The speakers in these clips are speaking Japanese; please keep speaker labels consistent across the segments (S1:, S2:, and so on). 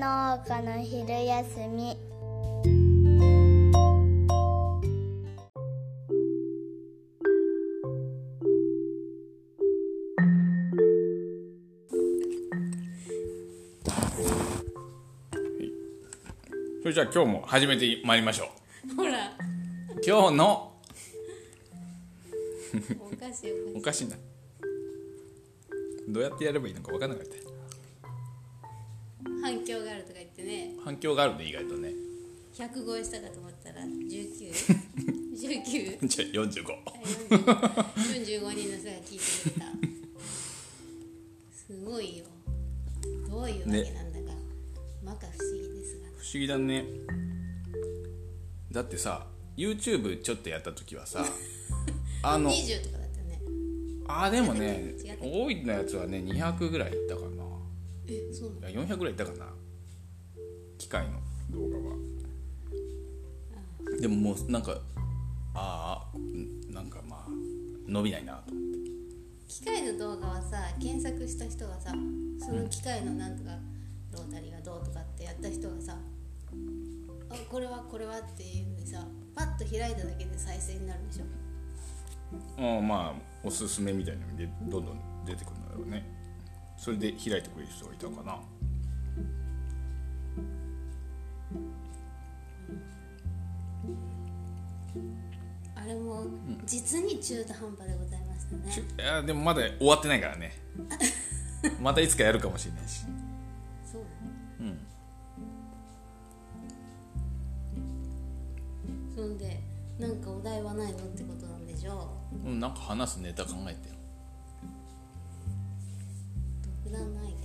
S1: 農家の昼休み
S2: それじゃあ今日も始めてまいりましょう
S3: ほら、
S2: 今日の
S3: おかしいお
S2: お
S3: か
S2: かし
S3: しい。
S2: いなどうやってやればいいのか分からなかった
S3: 反響があるとか言ってね、
S2: 反響があるね意外とね
S3: 100超えしたかと思ったら19、19、
S2: じゃあ45
S3: 45人の人が聞いてくれた。すごいよ。どういうわけなんだか、まか不思議ですが。
S2: 不思議だねだってさ YouTube ちょっとやった時は さあの
S3: 20とかだったよね。
S2: あでもね
S3: 違った
S2: 多いのやつはね200ぐらいいったかな
S3: え、そうなの
S2: いや400ぐらいいったかな機械の動画はでももうなんかああなんかまあ伸びないなと思って
S3: 機械の動画はさ、検索した人がさ、その機械のなんとか、ロータリーがどうとかってやった人がさ、あ、これはこれはっていうふうにさ、パッと開いただけで再生になるでしょ。
S2: うんまあおすすめみたいなのでどんどん出てくるんだろうねそれで開いてくれる人がいたのかな
S3: あれも実に中途半端でございました
S2: ちゅい
S3: ね。
S2: やでもまだ終わってないからねまたいつかやるかもしれないし
S3: そうだ
S2: うん
S3: ね。そんでなんかお題はないのってことなんでしょ
S2: うんなんか話すネタ考えてよ
S3: う。特段ないけど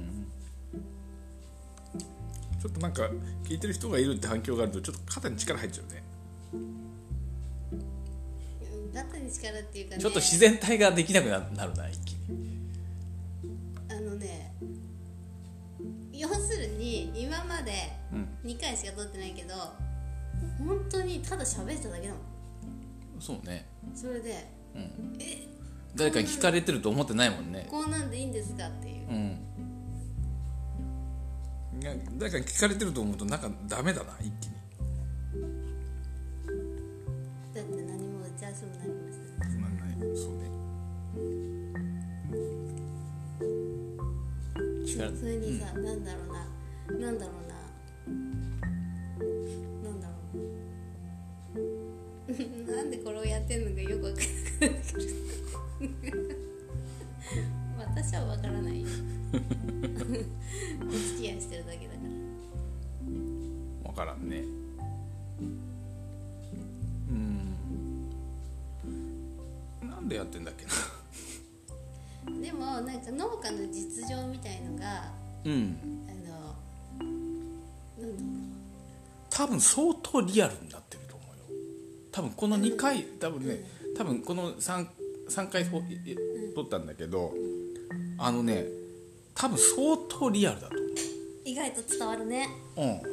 S3: ね。
S2: ちょっとなんか聞いてる人がいるって反響があるとちょっと肩に力入っちゃうね
S3: うん肩に力っていうかね。
S2: ちょっと自然体ができなくななるな一気に
S3: あのね。要するに今まで
S2: うん
S3: 2回しか撮ってないけど、本当にただ喋っただけだもん。
S2: そうね
S3: それで、
S2: うん
S3: え
S2: 誰かに聞かれてると思ってないもんね
S3: こうなんでいいんですかっていう。
S2: うんいや誰かに聞かれてると思うとなんかダメだな一気に
S3: だって何も打ち合わせも何もしてない。
S2: つまんないそうね力
S3: 普通にさ、なんだろうななんだろうななんだろう ななんでこれをやってんのかよくわからなくなってくる 私はわからないよお付き合いしてるだけだから
S2: 分からんねうんなんでやってんだっけな
S3: でもなんか農家の実情みたいのがあ
S2: うん
S3: のなんだろ
S2: 多分相当リアルになってると思うよ多分この2回多分ね多分この 3, 3回ほいい撮ったんだけどあのね多分相当リアルだと
S3: う意外と伝わるね
S2: 思う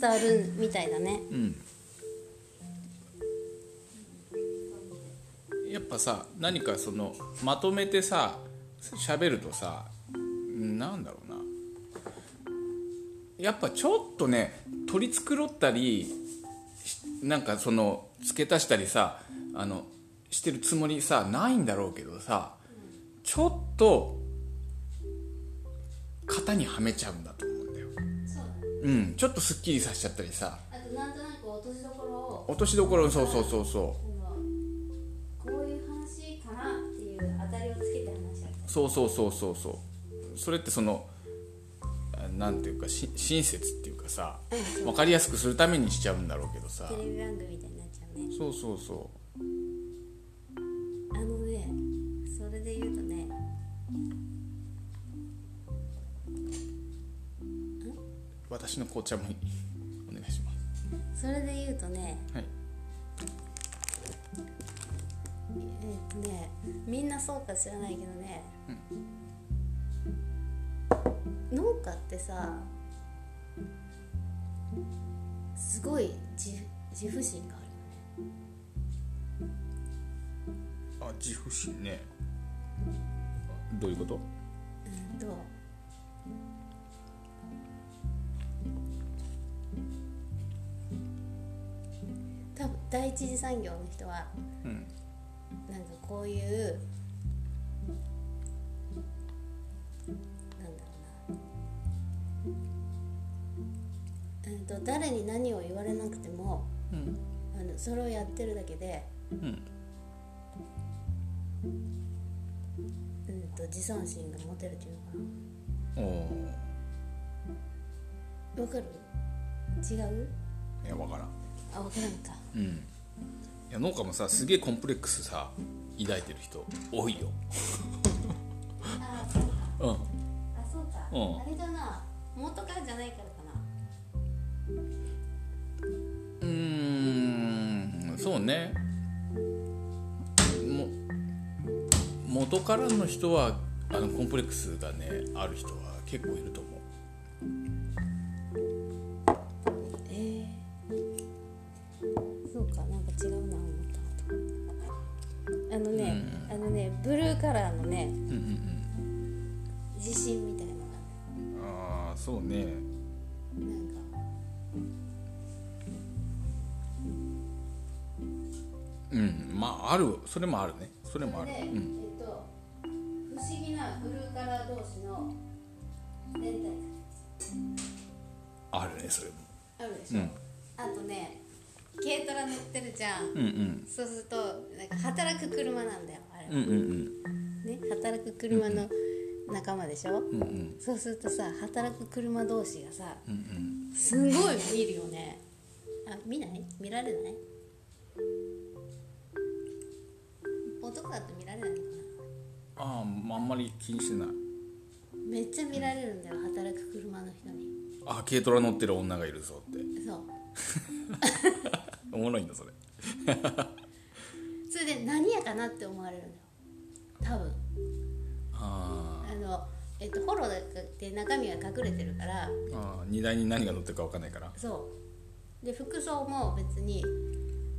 S3: 伝わるみたいだね
S2: うんやっぱさ何かそのまとめてさ喋るとさなんだろうなやっぱちょっとね取り繕ったりしなんかその付け足したりさあのしてるつもりさないんだろうけどさちょっと型にはめちゃうんだと思うんだよ、
S3: そう
S2: うん、ちょっとすっきりさせちゃったりさ
S3: あとなんとなく落としどころを
S2: 落としどころそうそうそうそ
S3: あのこういう話かなっていう当たりをつけて話し合
S2: うそうそうそうそうそうそれってそのあなんていうかし親切っていうかさ分かりやすくするためにしちゃうんだろうけどさ
S3: うテレビ番組みたいになっちゃうね
S2: そうそうそ
S3: あのねそれで言うとねん
S2: う私の紅茶もお願いしま
S3: それで言うとね
S2: すはい
S3: えーっとねみんなそうか知らないけどね、農家ってさすごい自自負心があるよね
S2: あ自負心ねどういうこと
S3: うんと第一次産業の人は
S2: うん
S3: なんかこういうなんだろうな、えっと誰に何を言われなくても
S2: うん
S3: あのそれをやってるだけで、
S2: うん
S3: うん、と自尊心が持てるっていう
S2: おー
S3: のかなわかる違う
S2: いや分からん
S3: あわからんか
S2: うんいや農家もさすげえコンプレックスさ抱いてる人多いよ
S3: あそうか
S2: うん
S3: あそうか、
S2: うん
S3: あれだな元からじゃないからかな
S2: うーんそうねも元からの人はあのコンプレックスがねある人は結構いると思う
S3: えー、そうかなんか違うな思ったあとあのね、あのねブルーカラーのね
S2: うんうん
S3: 自信みたいなのが
S2: うんああそうね
S3: なんか
S2: うんまああるそれもあるねそれも
S3: そ
S2: あ
S3: れ
S2: る
S3: で、
S2: う
S3: え
S2: ん
S3: っと不思議なブルーカラー同士の連帯
S2: あるねそれも
S3: あるでし
S2: う
S3: ょ、
S2: ん
S3: あとね軽トラ乗ってるじゃん、
S2: うんうん
S3: そうするとなんか働く車なんだよあれ、
S2: うんうん
S3: ね働く車の仲間でしょ、
S2: うんうんうん
S3: そうするとさ働く車同士がさ
S2: うんうん
S3: すんごい見るよねあ見ない見られない男だと見られないのか
S2: ああまああんまり気にしてない
S3: なめっちゃ見られるんだよ働く車の人に
S2: あ軽トラ乗ってる女がいるぞって
S3: そう
S2: おもろいんだそれ
S3: それで何やかなって思われるんだよ多分
S2: あ
S3: あのえっとフォローで中身が隠れてるから
S2: ーあー荷台に何が乗ってるか分かんないから
S3: そうで服装も別に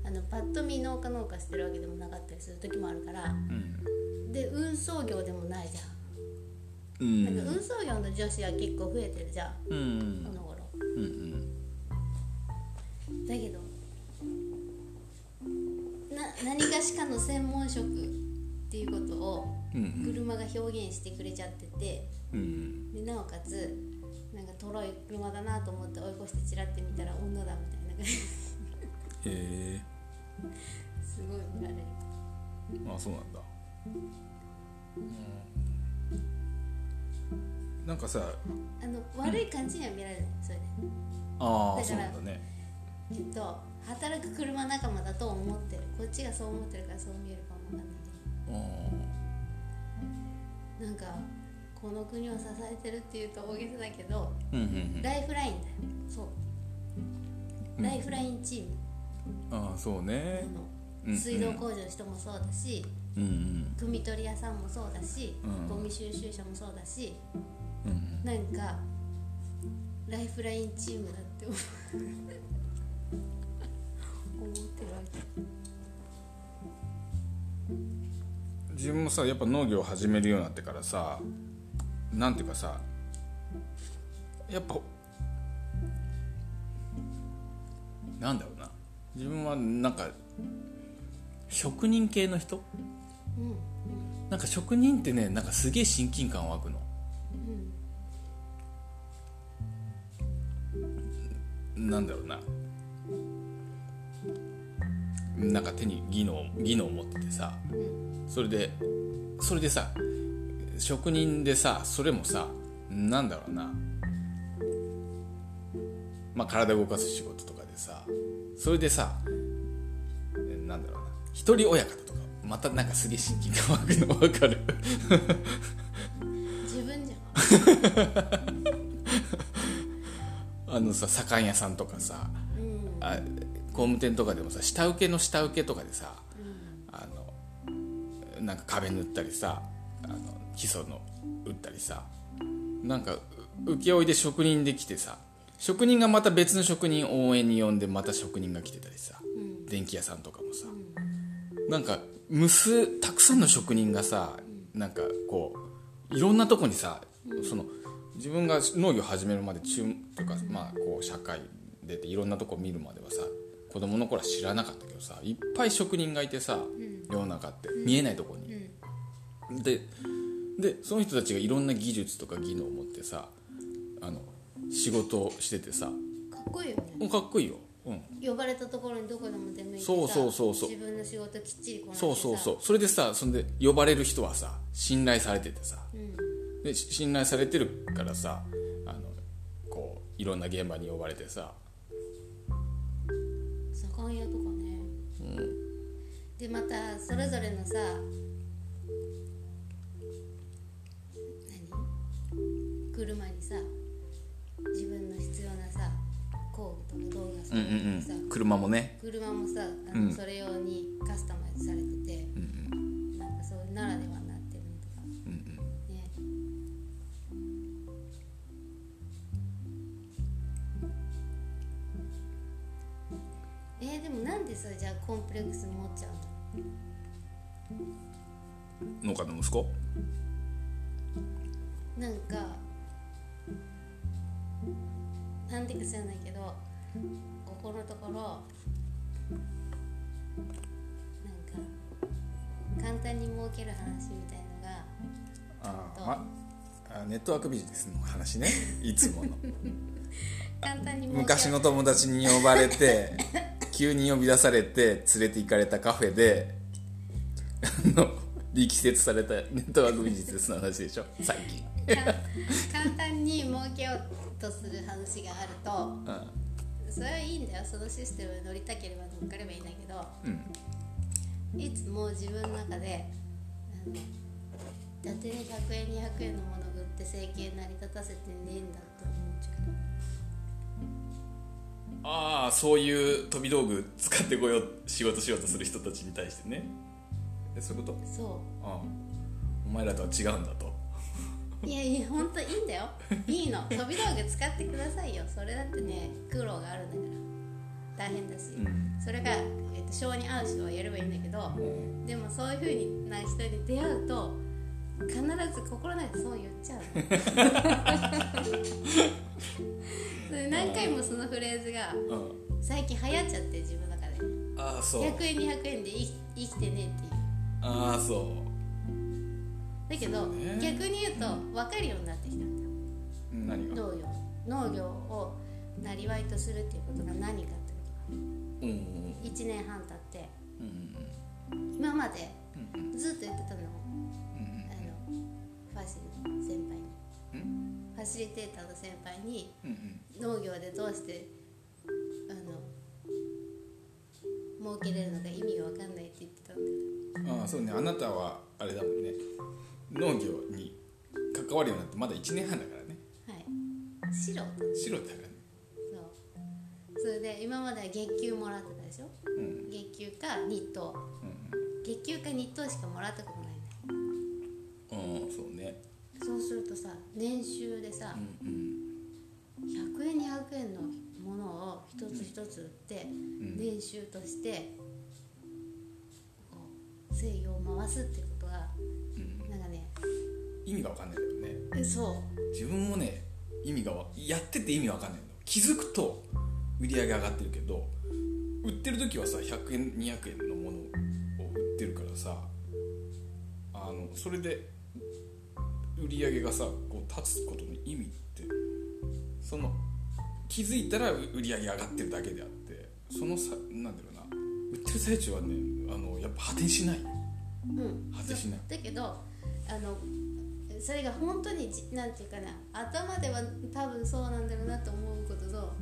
S3: あのパッと見農家農家してるわけでもなかったりする時もあるから
S2: うん
S3: で運送業でもないじゃん
S2: う
S3: なんか
S2: ん
S3: 運送業の女子は結構増えてるじゃん、
S2: うんうん
S3: この頃
S2: うん
S3: だけどな何かしかの専門職っていうことを
S2: うん
S3: 車が表現してくれちゃってて
S2: うん
S3: でなおかつなんかとろい車だなと思って追い越してチラって見たら女だみたいな感じ す
S2: へえ
S3: ごい見られる
S2: あそうなんだうんなんかさ
S3: あの悪い感じには見られないそれで
S2: ああ
S3: だ
S2: そう
S3: から
S2: なんだね
S3: えっと働く車仲間だと思ってるこっちがそう思ってるからそう見えるかもわかんない
S2: う
S3: けど
S2: ん
S3: なんかこの国を支えてるっていうと大げさだけど
S2: うんうんうん
S3: ライフラインだよそう
S2: うん
S3: ライフラインチーム
S2: ああそうね
S3: あ
S2: うんう
S3: の
S2: ん
S3: 水道工場の人もそうだし
S2: うんうん
S3: 汲み取り屋さんもそうだし
S2: うん
S3: ゴミ収集車もそうだし
S2: うん
S3: なんかライフラインチームだって思う思ってるわけ
S2: 自分もさやっぱ農業を始めるようになってからさなんていうかさやっぱなんだろうな自分はなんか職人系の人
S3: うん
S2: なんか職人ってねなんかすげえ親近感湧くの
S3: うん
S2: なんだろうななんか手に技能技能を持っててさ
S3: うん
S2: それでそれでさ職人でさそれもさなんだろうなまあ体動かす仕事とかでさそれでさえなんだろうな一人親方とかまたなんかすげえ親近感湧くの分かる
S3: 自分じゃん
S2: あのさ左官屋さんとかさ
S3: うん
S2: あ工務店とかでもさ下請けの下請けとかでさ
S3: うん
S2: あのなんか壁塗ったりさあの基礎の打ったりさなんかう請負いで職人できてさ職人がまた別の職人応援に呼んでまた職人が来てたりさ
S3: うん
S2: 電気屋さんとかもさなんか無数たくさんの職人がさなんかこういろんなとこにさその自分が農業始めるまで中とかまあこう社会出ていろんなとこ見るまではさ子供の頃は知らなかったけどさいっぱい職人がいてさ、
S3: ん
S2: 世の中って見えないとこ
S3: う
S2: に、
S3: ん
S2: ででその人たちがいろんな技術とか技能を持ってさあの仕事をしててさ
S3: かっこいいよね
S2: もうかっこいいよ、うん、
S3: 呼ばれたところにどこでも出向いてさ
S2: そうそうそうそう
S3: 自分の仕事きっちりこなしてさ
S2: そうそうそうそれでさそんで呼ばれる人はさ信頼されててさ
S3: うん
S2: でし信頼されてるからさあのこういろんな現場に呼ばれてさ
S3: 左官屋とかね、でまたそれぞれのさ何車にさ自分の必要なさ工具とか道具がさ,、
S2: うんうん
S3: さ
S2: うん車もね
S3: 車もさあの、
S2: うん
S3: それ用にカスタマイズされてて、なんかそういうならではになってるのとか、ねえーでもなんでさじゃあコンプレックス持っちゃう
S2: 農
S3: の
S2: 家の息子
S3: なんかなんていうか知らないけどここのところなんか簡単に儲ける話みたいのが
S2: あ
S3: ー
S2: ー、まあ、ネットワークビジネスの話 ねいつもの
S3: 簡単に儲ける
S2: 昔の友達に呼ばれて 急に呼び出されて連れて行かれたカフェであの力説されたネットワークビジネスの話でしょ最近、
S3: 簡単に儲けようとする話がある
S2: うん
S3: とそれはいいんだよそのシステムに乗りたければ乗っかればいいんだけど
S2: うん、
S3: いつも自分の中であの伊達に100円200円のもの売って生計成り立たせてねえんだと思っちゃ
S2: ああそういう飛び道具使ってこよう仕事しようとする人たちに対してねえそういうこと
S3: うそ
S2: ああお前らとは違うんだと
S3: ういやいやほんといいん だよいいの飛び道具使ってくださいよそれだってね苦労があるんだから大変だし、
S2: ん
S3: それが、えっと性に合う人はやればいいんだけどでもそういうふうな人に出会うと必ず心の中でそう言っちゃうのそれ何回もそのフレーズが
S2: うん
S3: 最近流行っちゃって自分の中で
S2: ああそう
S3: 100円200円で生き生きてねっていう
S2: ああそ
S3: だけど、
S2: そうね
S3: 逆に言うと分かるようになってきたんだ
S2: う何が
S3: 農業農業をなりわいとするっていうことが何かってこ
S2: うんうん
S3: と1年半経って
S2: うんうん
S3: 今まで
S2: うんうん
S3: ずっと言ってた
S2: うん
S3: のあのファシリの先輩に
S2: うん
S3: ファシリテーターの先輩に
S2: うん
S3: 農業でどうしてあの儲けれるのか意味が分かんないって言ってたんだけど
S2: うんああそうねあなたはあれだもんね農業に関わるようになってまだ1年半だからね
S3: はい素人
S2: 素人だからね
S3: そうそれで今までは月給もらってたでしょ
S2: うん
S3: 月給か日当月給か日当しかもらったことないん
S2: う
S3: だ
S2: んうんそうね
S3: そうするとさ年収でさ
S2: うんうん
S3: 100円200円のものを一つ一つ売って
S2: ん
S3: 年収としてこう制御を回すっていうことが
S2: うん
S3: なんかね
S2: 意味が分かんないけどね
S3: えそう
S2: 自分もね意味がわやってて意味わかんないの気づくと売り上げ上がってるけど売ってる時はさ100円200円のものを売ってるからさあのそれで売り上げがさこう立つことの意味ってその気づいたら売り上げ上がってるだけであってそのさなんだろうな売ってる最中はねあのやっぱ破天しない
S3: うん
S2: 果てしない
S3: だけどあのそれが本当にじなんていうかな頭では多分そうなんだろうなと思うことと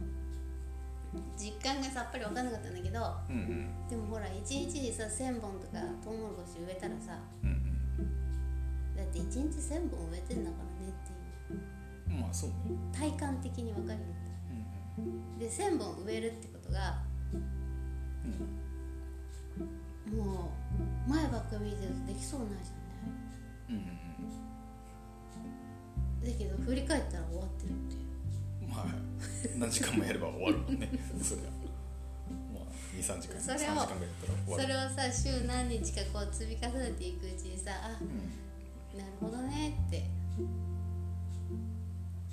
S3: 実感がさっぱり分かんなかったんだけど
S2: うんうん
S3: でもほら一日にさ1,000本とかトウモロコシ植えたらさ
S2: うん
S3: だって一日1,000本植えてんだからねっていう
S2: うんまあそうね
S3: 体感的に分かるよ
S2: うん
S3: で1,000本植えるってことが
S2: うんうん
S3: もう前ばっか見てるとできそうないじゃ
S2: う
S3: んね
S2: んうんうん
S3: だけど振り返ったら終わってるっていう
S2: まあ何時間もやれば終わるもんね それはまあ23時間
S3: それ
S2: 3時間ぐ
S3: を
S2: らいやったら
S3: そ
S2: 終わ
S3: れ
S2: る
S3: をさ週何日かこう積み重ねていくうちにさあ
S2: うん
S3: なるほどねって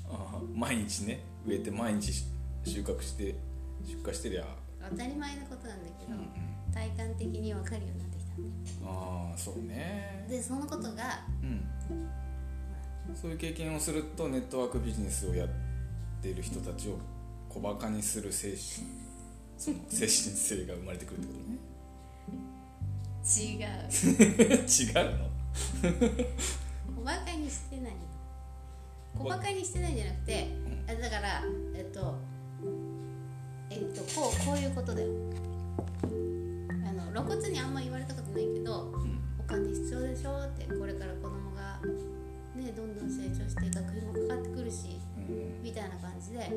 S2: ああ毎日ね植えて毎日し収穫して出荷してりゃ
S3: 当たり前のことなんだけど、
S2: うんうん
S3: 体感的に分かるようになってきたんだよ
S2: ああそうね
S3: でそのことが
S2: うんそういう経験をするとネットワークビジネスをやってる人たちを小バカにする精神その精神性が生まれてくるってことね
S3: 違う
S2: 違うの
S3: 小バカにしてない小バカにしてないんじゃなくてあだからえっとえっとこうこういうことだよあの露骨にあんま言われたことないけど
S2: うん
S3: お金必要でしょってこれから子供がねどんどん成長して学費もかかってくるし
S2: うん
S3: みたいな感じであの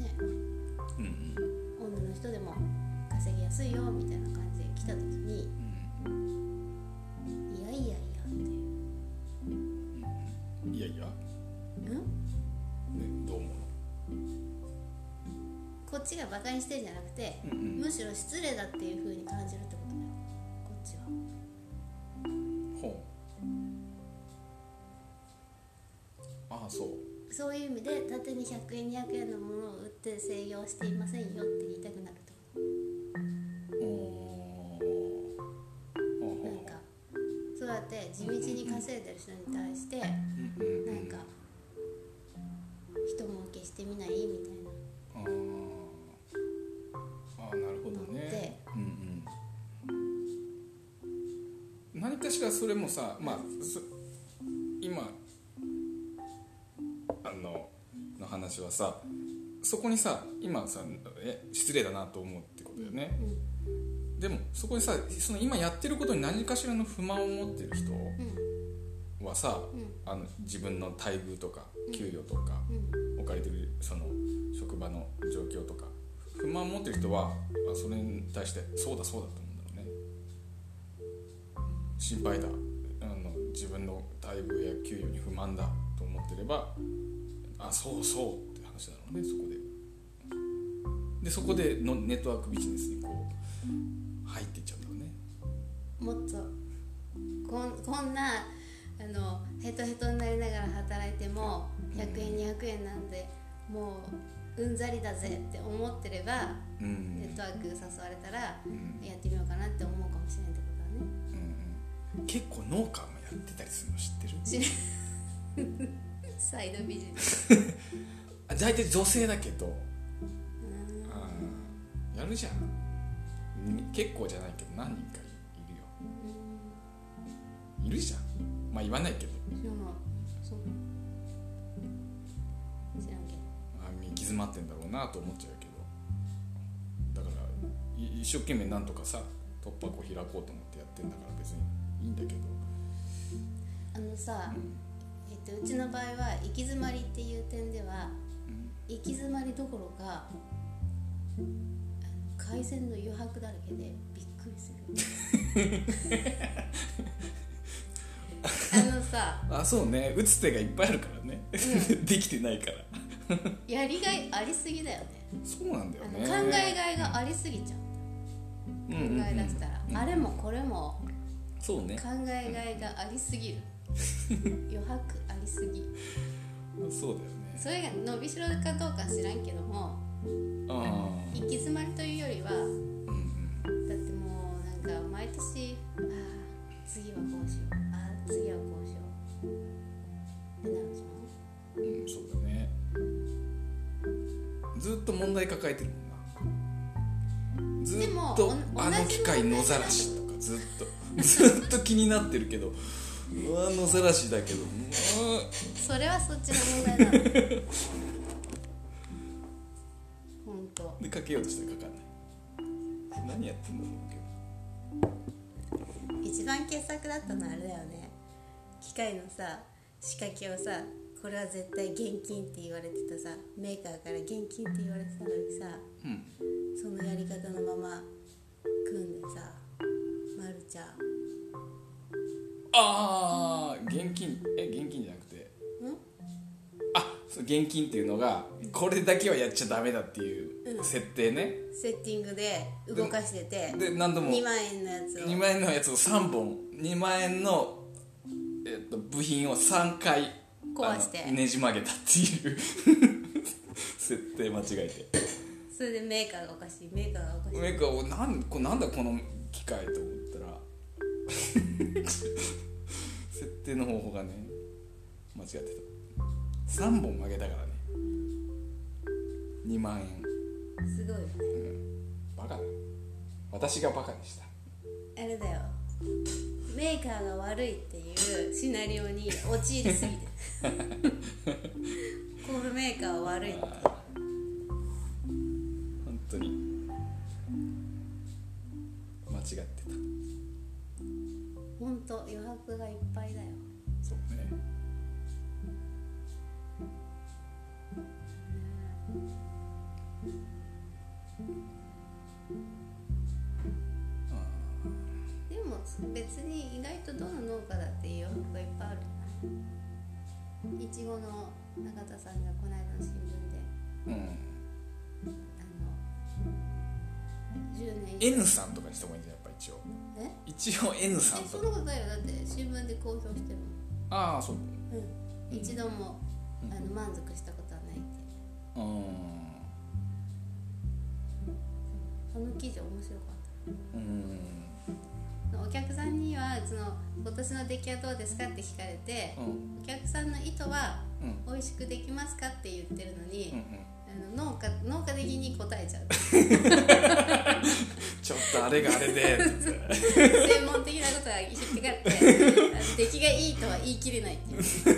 S3: ね
S2: うんうん
S3: 女の人でも稼ぎやすいよみたいな感じで来た時にいやいやいやっていう
S2: うんいやいや、ね、
S3: うん
S2: どう思うの
S3: こっちがバカにしてんじゃなくて、
S2: うんうん
S3: むしろ失礼だっていう風に感じるってことだよこっちは
S2: ほうああそう
S3: そういう意味で縦に100円200円のものを売って制御していませんよって言いたくなるってこ
S2: おおほう
S3: となん
S2: ほ
S3: かそうやって地道に稼いでる人に対して
S2: ううんうんう
S3: なんんか人儲けしてみないみたいな
S2: あーあーなるほどね、うんうん、何かしらそれもさまあそ今あのの話はさそこにさ今さえ失礼だなと思うってことだよね、でもそこにさその今やってることに何かしらの不満を持ってる人
S3: うん
S2: はさ、
S3: うん
S2: あの自分の待遇とか給与とか、
S3: うん
S2: 置かれてるその職場の状況とか不満を持ってる人はあそれに対してそうだそうだと思うんだろうね心配だあの自分の待遇や給与に不満だと思ってればあそうそうって話だろうねそこででそこでのネットワークビジネスにこう入っていっちゃうんだろうね
S3: もっとこんこんなあのヘトヘトになりながら働いても100円200円なんでもううんざりだぜって思ってれば
S2: う
S3: ネ
S2: ん
S3: ットワーク誘われたらや
S2: うん
S3: ってみようかなって思うかもしれないってことだね
S2: うんうん結構農家もやってたりするの知ってる
S3: 知ら サイドビジネス
S2: あ大体女性だけど
S3: うん
S2: あーやるじゃんに結構じゃないけど何人かいるよいるじゃんまあ言わないけど
S3: 知らないそう知らんけど
S2: あー行き詰まってんだろうなと思っちゃうけどだからい一生懸命なんとかさ突破口開こうと思ってやってんだから別にいいんだけど
S3: あのさ、えっと、うちの場合は行き詰まりっていう点では
S2: うん
S3: 行き詰まりどころかあの改善の余白だらけでびっくりするあのさ
S2: あそうね打つ手がいっぱいあるからね、 できてないから
S3: やりがいありすぎだよね
S2: そうなんだよ
S3: あの
S2: ね
S3: 考えがいがありすぎちゃう
S2: うん
S3: 考
S2: うんうん
S3: え出したら、
S2: うん
S3: あれもこれも
S2: そうね
S3: 考えがいがありすぎ る余白ありすぎ
S2: そうだよね
S3: それが伸びしろかどうか知らんけども
S2: あ
S3: 行き詰まりというよりは
S2: あうんうん
S3: だってもうなんか毎年あー次はこうしようあー次はこうしようってなるじゃ
S2: うん、そうだねずっと問題抱えてるもんなずっ
S3: でも
S2: と
S3: お
S2: あの
S3: 同じ
S2: 機械野ざらしとかずっとずっと気になってるけどうわ野ざらしだけどうわ
S3: んそれはそっちの問題なのほんと
S2: でかけようとしたらかかんない何やってんだろうけど
S3: 一番傑作だったのはあれだよね機械のさ仕掛けをさこれは絶対現金って言われてたさメーカーから現金って言われてたのにさ
S2: うん
S3: そのやり方のまま組んでさまるちゃん
S2: ああ現金え現金じゃなくて
S3: ん
S2: あそう現金っていうのがこれだけはやっちゃダメだっていう設定ね、
S3: セッティングで動かしてて
S2: で何度も
S3: 2万円のやつを
S2: 2万円のやつを3本2万円の、えっと部品を3回
S3: 壊して
S2: あのねじ曲げたっていうす 設定間違えて
S3: それでメーカーがおかしいメーカーがおかしい
S2: メーカーをなんこなんだこの機械と思ったら 設定の方法がね間違ってた3本曲げたからね2万円
S3: すごいよね
S2: バカだ私がバカでした
S3: あれだよメーカーが悪いっていうシナリオに陥り すぎてコールメーカーは悪いって
S2: 本当に間違ってた
S3: ほんと余白がいっぱいだよ
S2: そうね
S3: でも別に意外とどの農家だって余白がいっぱいあるじゃないいちごの中田さんがこの間の新聞
S2: う
S3: で
S2: ん
S3: あの10年以上
S2: N さんとかにした方がいいんじゃないやっぱ一応
S3: ええ
S2: 一応 N さん
S3: そ
S2: と
S3: んな
S2: か
S3: ことないよだって新聞で公表してるもん
S2: ああそう
S3: うん、一度も、あの満足したことはないって
S2: うん
S3: この記事面白かっ
S2: うん
S3: たお客さんにはその今年の出来はどうですかって聞かれて、
S2: うん
S3: お客さんの意図は
S2: うん
S3: 美味しくできますかって言ってるの
S2: うんう
S3: に、
S2: ん
S3: あの農家農家的に答え ちゃう
S2: ちょっとあれがあれで
S3: 専門的なことは言ってか ってあの出来がいいとは言い切れないっていうそれ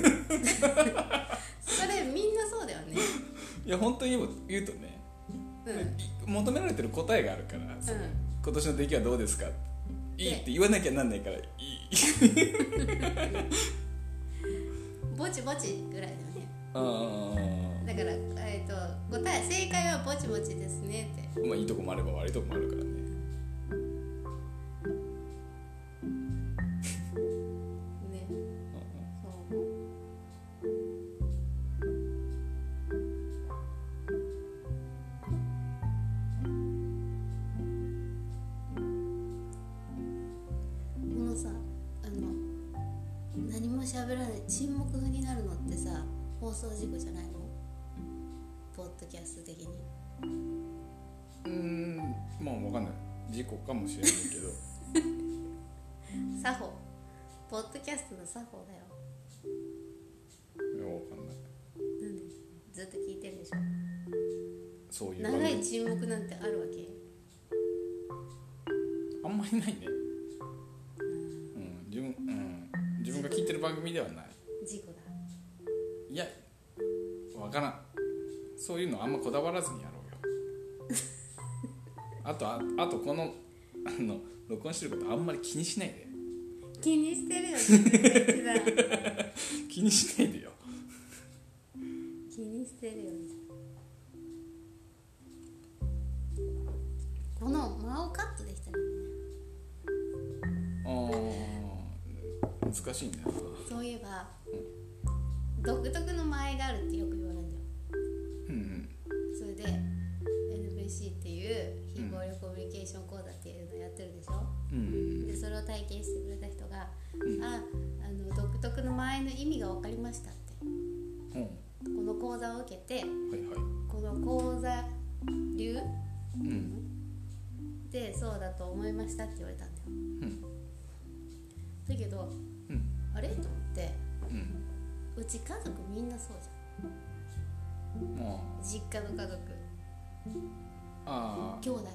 S3: みんなそうだよね
S2: いや本当に言えば言うとね
S3: うん
S2: 求められてる答えがあるから、その
S3: うん
S2: 今年の出来はどうですかいいって言わなきゃなんないからいい
S3: ぼちぼちぐらい
S2: う
S3: だよね
S2: ん
S3: だから、えー、と答え正解はぼちぼちですねって
S2: まあいいとこもあれば悪いとこもあるからね
S3: ね
S2: うん
S3: そう思うこのさあの何も喋らない沈黙になるのってさ放送事故じゃないのポッドキャスト的に
S2: うんまあ分かんない事故かもしれないけど
S3: 作法ポッドキャストの作法だよ
S2: いや分かんない
S3: なんでずっと聞いてるでしょ
S2: そういう場合
S3: 長い沈黙なんてあるわけ
S2: あんまりないねうん自分うん自分が聞いてる番組ではない
S3: 事故だ
S2: いや分からんそういうのあんまこだわらずにやろう よあとああとこのあの録音してることあんまり気にしないで
S3: 気にしてるよ自分が一番
S2: 気にしないでよ
S3: 気にしてるよこの間をカットできたの
S2: あー難しいんだよな
S3: そういえば独特の間合いがあるってよく言われるんだよ
S2: うん
S3: それで NVC っていう非暴力コミュニケーション講座っていうのやってるでしょ、
S2: うんうん
S3: でそれを体験してくれた人が「ああの独特の間合いの意味が分かりました」って
S2: うん
S3: この講座を受けて
S2: はいはい
S3: この講座流
S2: うん
S3: でそうだと思いましたって言われたんだよ
S2: うん
S3: だけど
S2: うん
S3: あれと思って
S2: うん
S3: うち家族みんなそうじ
S2: あ
S3: ゃん実家の家族
S2: ーあ
S3: 兄弟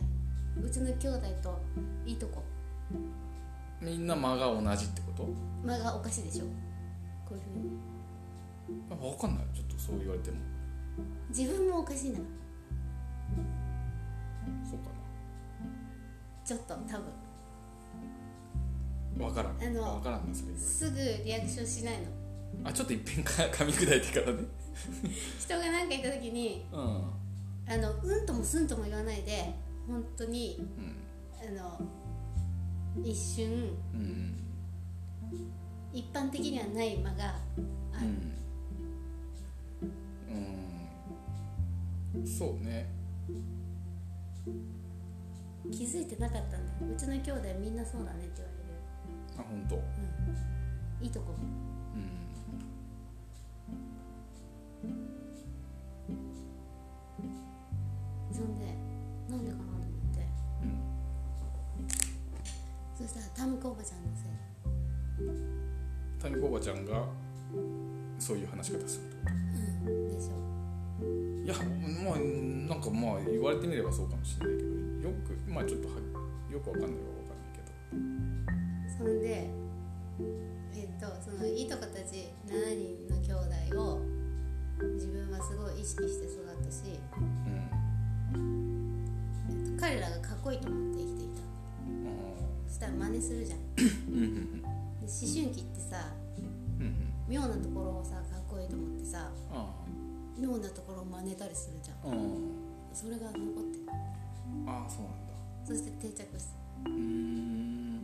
S3: うちの兄弟といいとこ
S2: ーみんな間が同じってこと
S3: 間がおかしいでしょこういうふうに
S2: あ分かんないちょっとそう言われても
S3: 自分もおかしいな
S2: そうか
S3: ちょっと多分
S2: な分からん
S3: あの
S2: 分からんねそれ言われて
S3: すぐリアクションしないの
S2: あちょっといっぺんか噛み砕いてからね
S3: 人が何か言った時に
S2: うん
S3: あのうんともすんとも言わないで本当に
S2: うん
S3: あの一瞬
S2: うん
S3: 一般的にはない間がある、
S2: うんうんそうね
S3: 気づいてなかったんだようちの兄弟みんなそうだねって言われる
S2: あ本当
S3: いいとこも
S2: うん
S3: そしたらタムコおばちゃんのせい
S2: 谷子おばちゃんがそういう話し方する
S3: うんでしょ
S2: いやまあなんかまあ言われてみればそうかもしれないけどよくまあちょっとはよくわかんないはわかんないけど
S3: そんでえっとそのいとこたち7人の兄弟を自分はすごい意識して育ったし、
S2: うん
S3: えっと彼らがかっこいいと思って生きていたそしたら真似するじゃんで
S2: うんうん
S3: 思春期ってさ
S2: うんうん
S3: 妙なところをさかっこいいと思ってさ
S2: あ
S3: 妙なところを真似たりするじゃ
S2: あ
S3: ん
S2: うん
S3: それが残ってる
S2: ああそうなんだ
S3: そして定着して
S2: うーん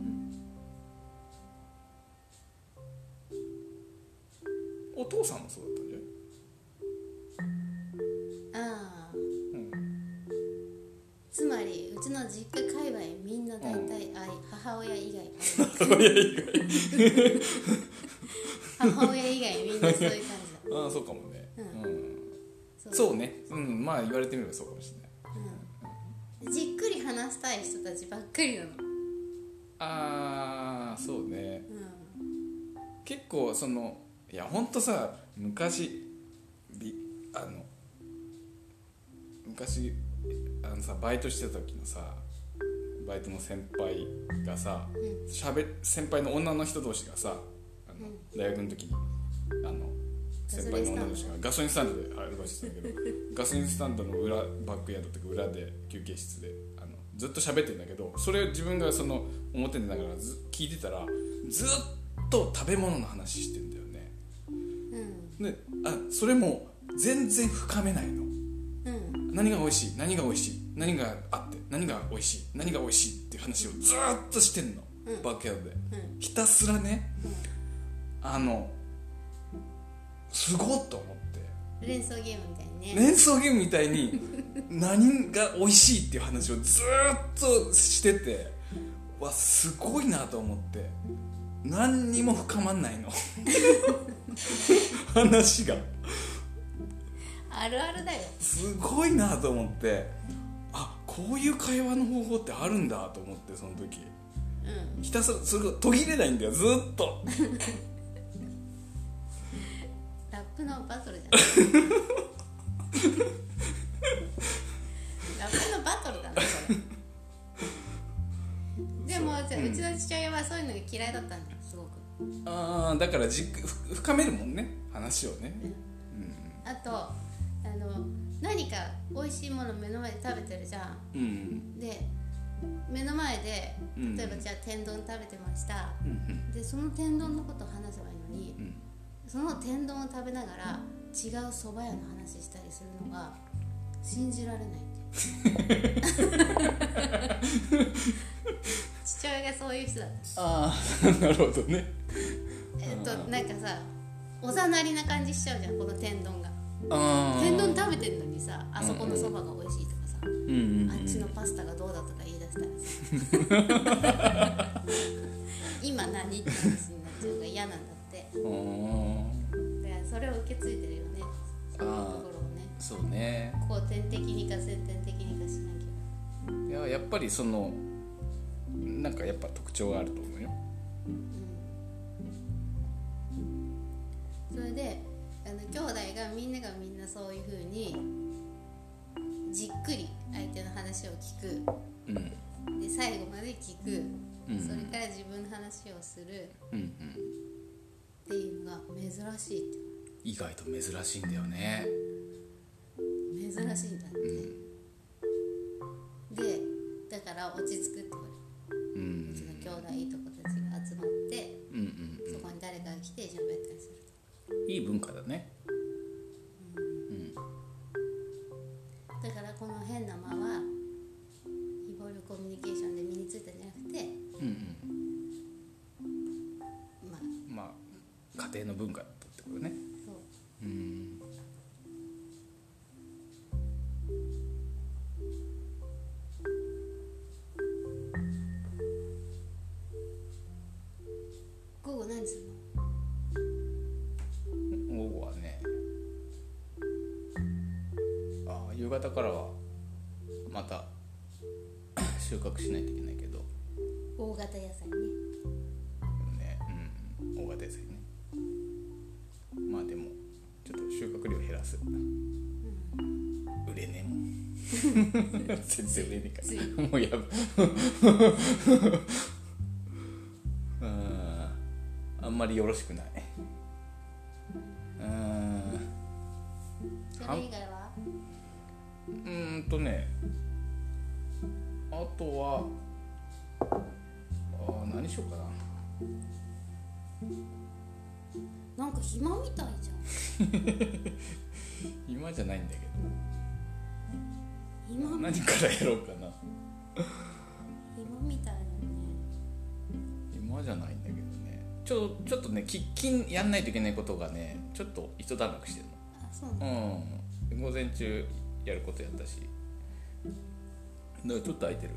S2: お父さんもそうだったんじゃない
S3: ああ
S2: うん
S3: つまりうちの実家界隈みんな大体、あい母親以外母親以外みんなそういう感じだ
S2: ああそうかもね
S3: うん
S2: うん
S3: そう
S2: そうねうんまあ言われてみればそうかもしれない
S3: うん、じっくり話したい人たちばっかりなの、
S2: ああそうね
S3: うん、
S2: 結構そのいやほんとさ昔びあの昔あのさバイトしてた時のさバイトの先輩がさ、
S3: う
S2: しゃべ先輩の女の人同士がさあの、大学の時にあの先輩の女同士がガソリンスタンドでアルバイトしてたんだ けどガソリンスタンドの裏バックヤードとか裏で休憩室であのずっと喋ってんだけどそれを自分がその表に出ながらず聞いてたらずっと食べ物の話してんだよね
S3: うん
S2: であそれも全然深めないの
S3: うん
S2: 何が美味しい何が美味しい何があって何が美味しい何が美味しいっていう話をずーっとしてんの、
S3: うん
S2: バックヤードで
S3: うん
S2: ひたすらねあのすごっと思って
S3: 連想ゲームみたいにね
S2: 連想ゲームみたい に何が美味しいっていう話をずーっとしててわすごいなと思って何にも深まんないの 話が。
S3: あるあるだよ
S2: すごいなと思ってあこういう会話の方法ってあるんだと思ってその時
S3: うん
S2: ひたすらそれが途切れないんだよずーっと
S3: ラップのバトルじゃんラップのバトルだなこれでもじゃあうちの父親はそういうのが嫌いだったんだよすごく
S2: あーだからじっくふ深めるもんね話をね
S3: あとあの何か美味しいもの目の前で食べてるじゃん
S2: うんうん
S3: で目の前で
S2: うん
S3: 例えばじゃあ天丼食べてました、
S2: うん
S3: でその天丼のことを話せばいいのに、
S2: うん
S3: その天丼を食べながら違う蕎麦屋の話したりするのが信じられないって いう父親がそういう人だった
S2: ああ なるほどね
S3: えっとなんかさおざなりな感じしちゃうじゃんこの天丼が
S2: ああ
S3: 天丼食べてんのにさあそこの蕎麦が美味しいとかさ、
S2: うんうん
S3: あっちのパスタがどうだとか言い出したらさ今何って話になっちゃうのが嫌なんだって
S2: うん
S3: だからそれを受け継いでるよねそういうところをね
S2: そうね
S3: 後天的にか先天的にかしなきゃ
S2: いややっぱりそのなんかやっぱ特徴があると思うよ
S3: それであの兄弟がみんながみんなそういうふうにじっくり相手の話を聞く
S2: うん
S3: で最後まで聞く、
S2: うん
S3: それから自分の話をする
S2: うんうん
S3: っていうのが珍しいって
S2: 意外と珍しいんだよね
S3: 珍しいんだって、でだから落ち着くって言われる
S2: う
S3: うんちの兄弟いとこたちが集まって
S2: うんうん
S3: そこに誰かが来て喋ったりする
S2: いい文化だね
S3: だからこの変な間は非暴力コミュニケーションで身についたんじゃなくて
S2: うんうん
S3: まあ
S2: まあ家庭の文化だったってことね
S3: そう
S2: うん
S3: 午後何するの
S2: 午後はねああ夕方からはまた収穫しないといけないけど
S3: お大型野菜ね
S2: ねうん大型野菜ねまあでもちょっと収穫量減らす売れねえもん 全然売れねえからもうやば あーあんまりよろしくないうん
S3: それ以外は
S2: うーんとねあとはあー何しようかな
S3: なんか暇みたいじゃん
S2: 今じゃないんだけど
S3: 暇暇
S2: 何からやろうかな
S3: みたいだね
S2: 今じゃないんだけどねちょちょっとね喫緊やんないといけないことがねちょっと一段落してる
S3: あそうなの
S2: のうん午前中やることやったしだからちょっと空いてる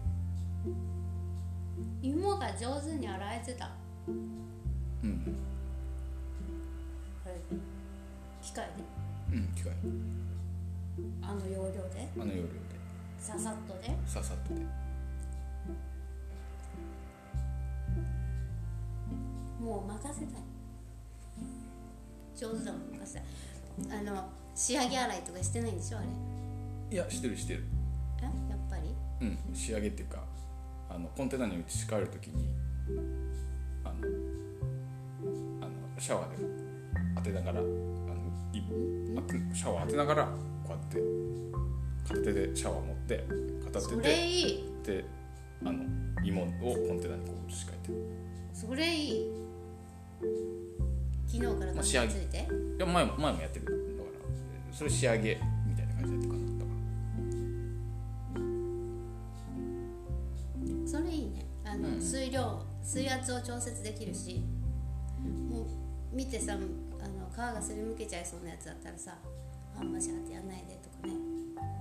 S3: 芋が上手に洗えてた
S2: うん
S3: これ機械で
S2: うん機械
S3: あの容量で
S2: あの夜で
S3: ささっとで
S2: ささっとで
S3: もう任せたい上手だもん任せたいあの仕上げ洗いとかしてないんでしょあれ
S2: いやしてるしてる
S3: えやっぱり
S2: うん仕上げっていうかあのコンテナに移し替えるときにあのあのシャワーで当てながらあのい当てシャワー当てながらこうやって片手でシャワー持って片手
S3: それ
S2: で
S3: いい
S2: であの芋をコンテナにこう移し替えてる
S3: それいい昨日から
S2: まあ
S3: 考
S2: 仕上
S3: え
S2: げ
S3: ついて
S2: いや前も前もやってるだからそれ仕上げみたいな感じだったかなだか
S3: それいいねあの、
S2: うん
S3: 水量水圧を調節できるしもう見てさあの皮がすりむけちゃいそうなやつだったらさあんまシャーってやんないでとかね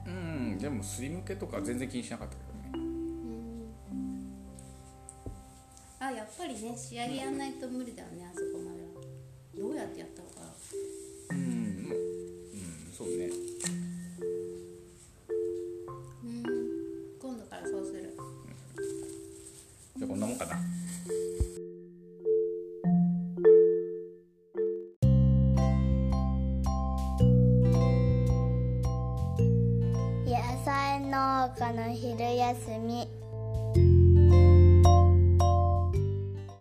S2: らうんでもすりむけとか全然気にしなかったけどね
S3: うんあやっぱりね仕上げやんないと無理だよね、あそこまではどうやってやったのかな
S2: うんうんそうね
S3: うん今度からそうする
S2: じゃあこんなもんかな
S1: 野菜農家の昼休み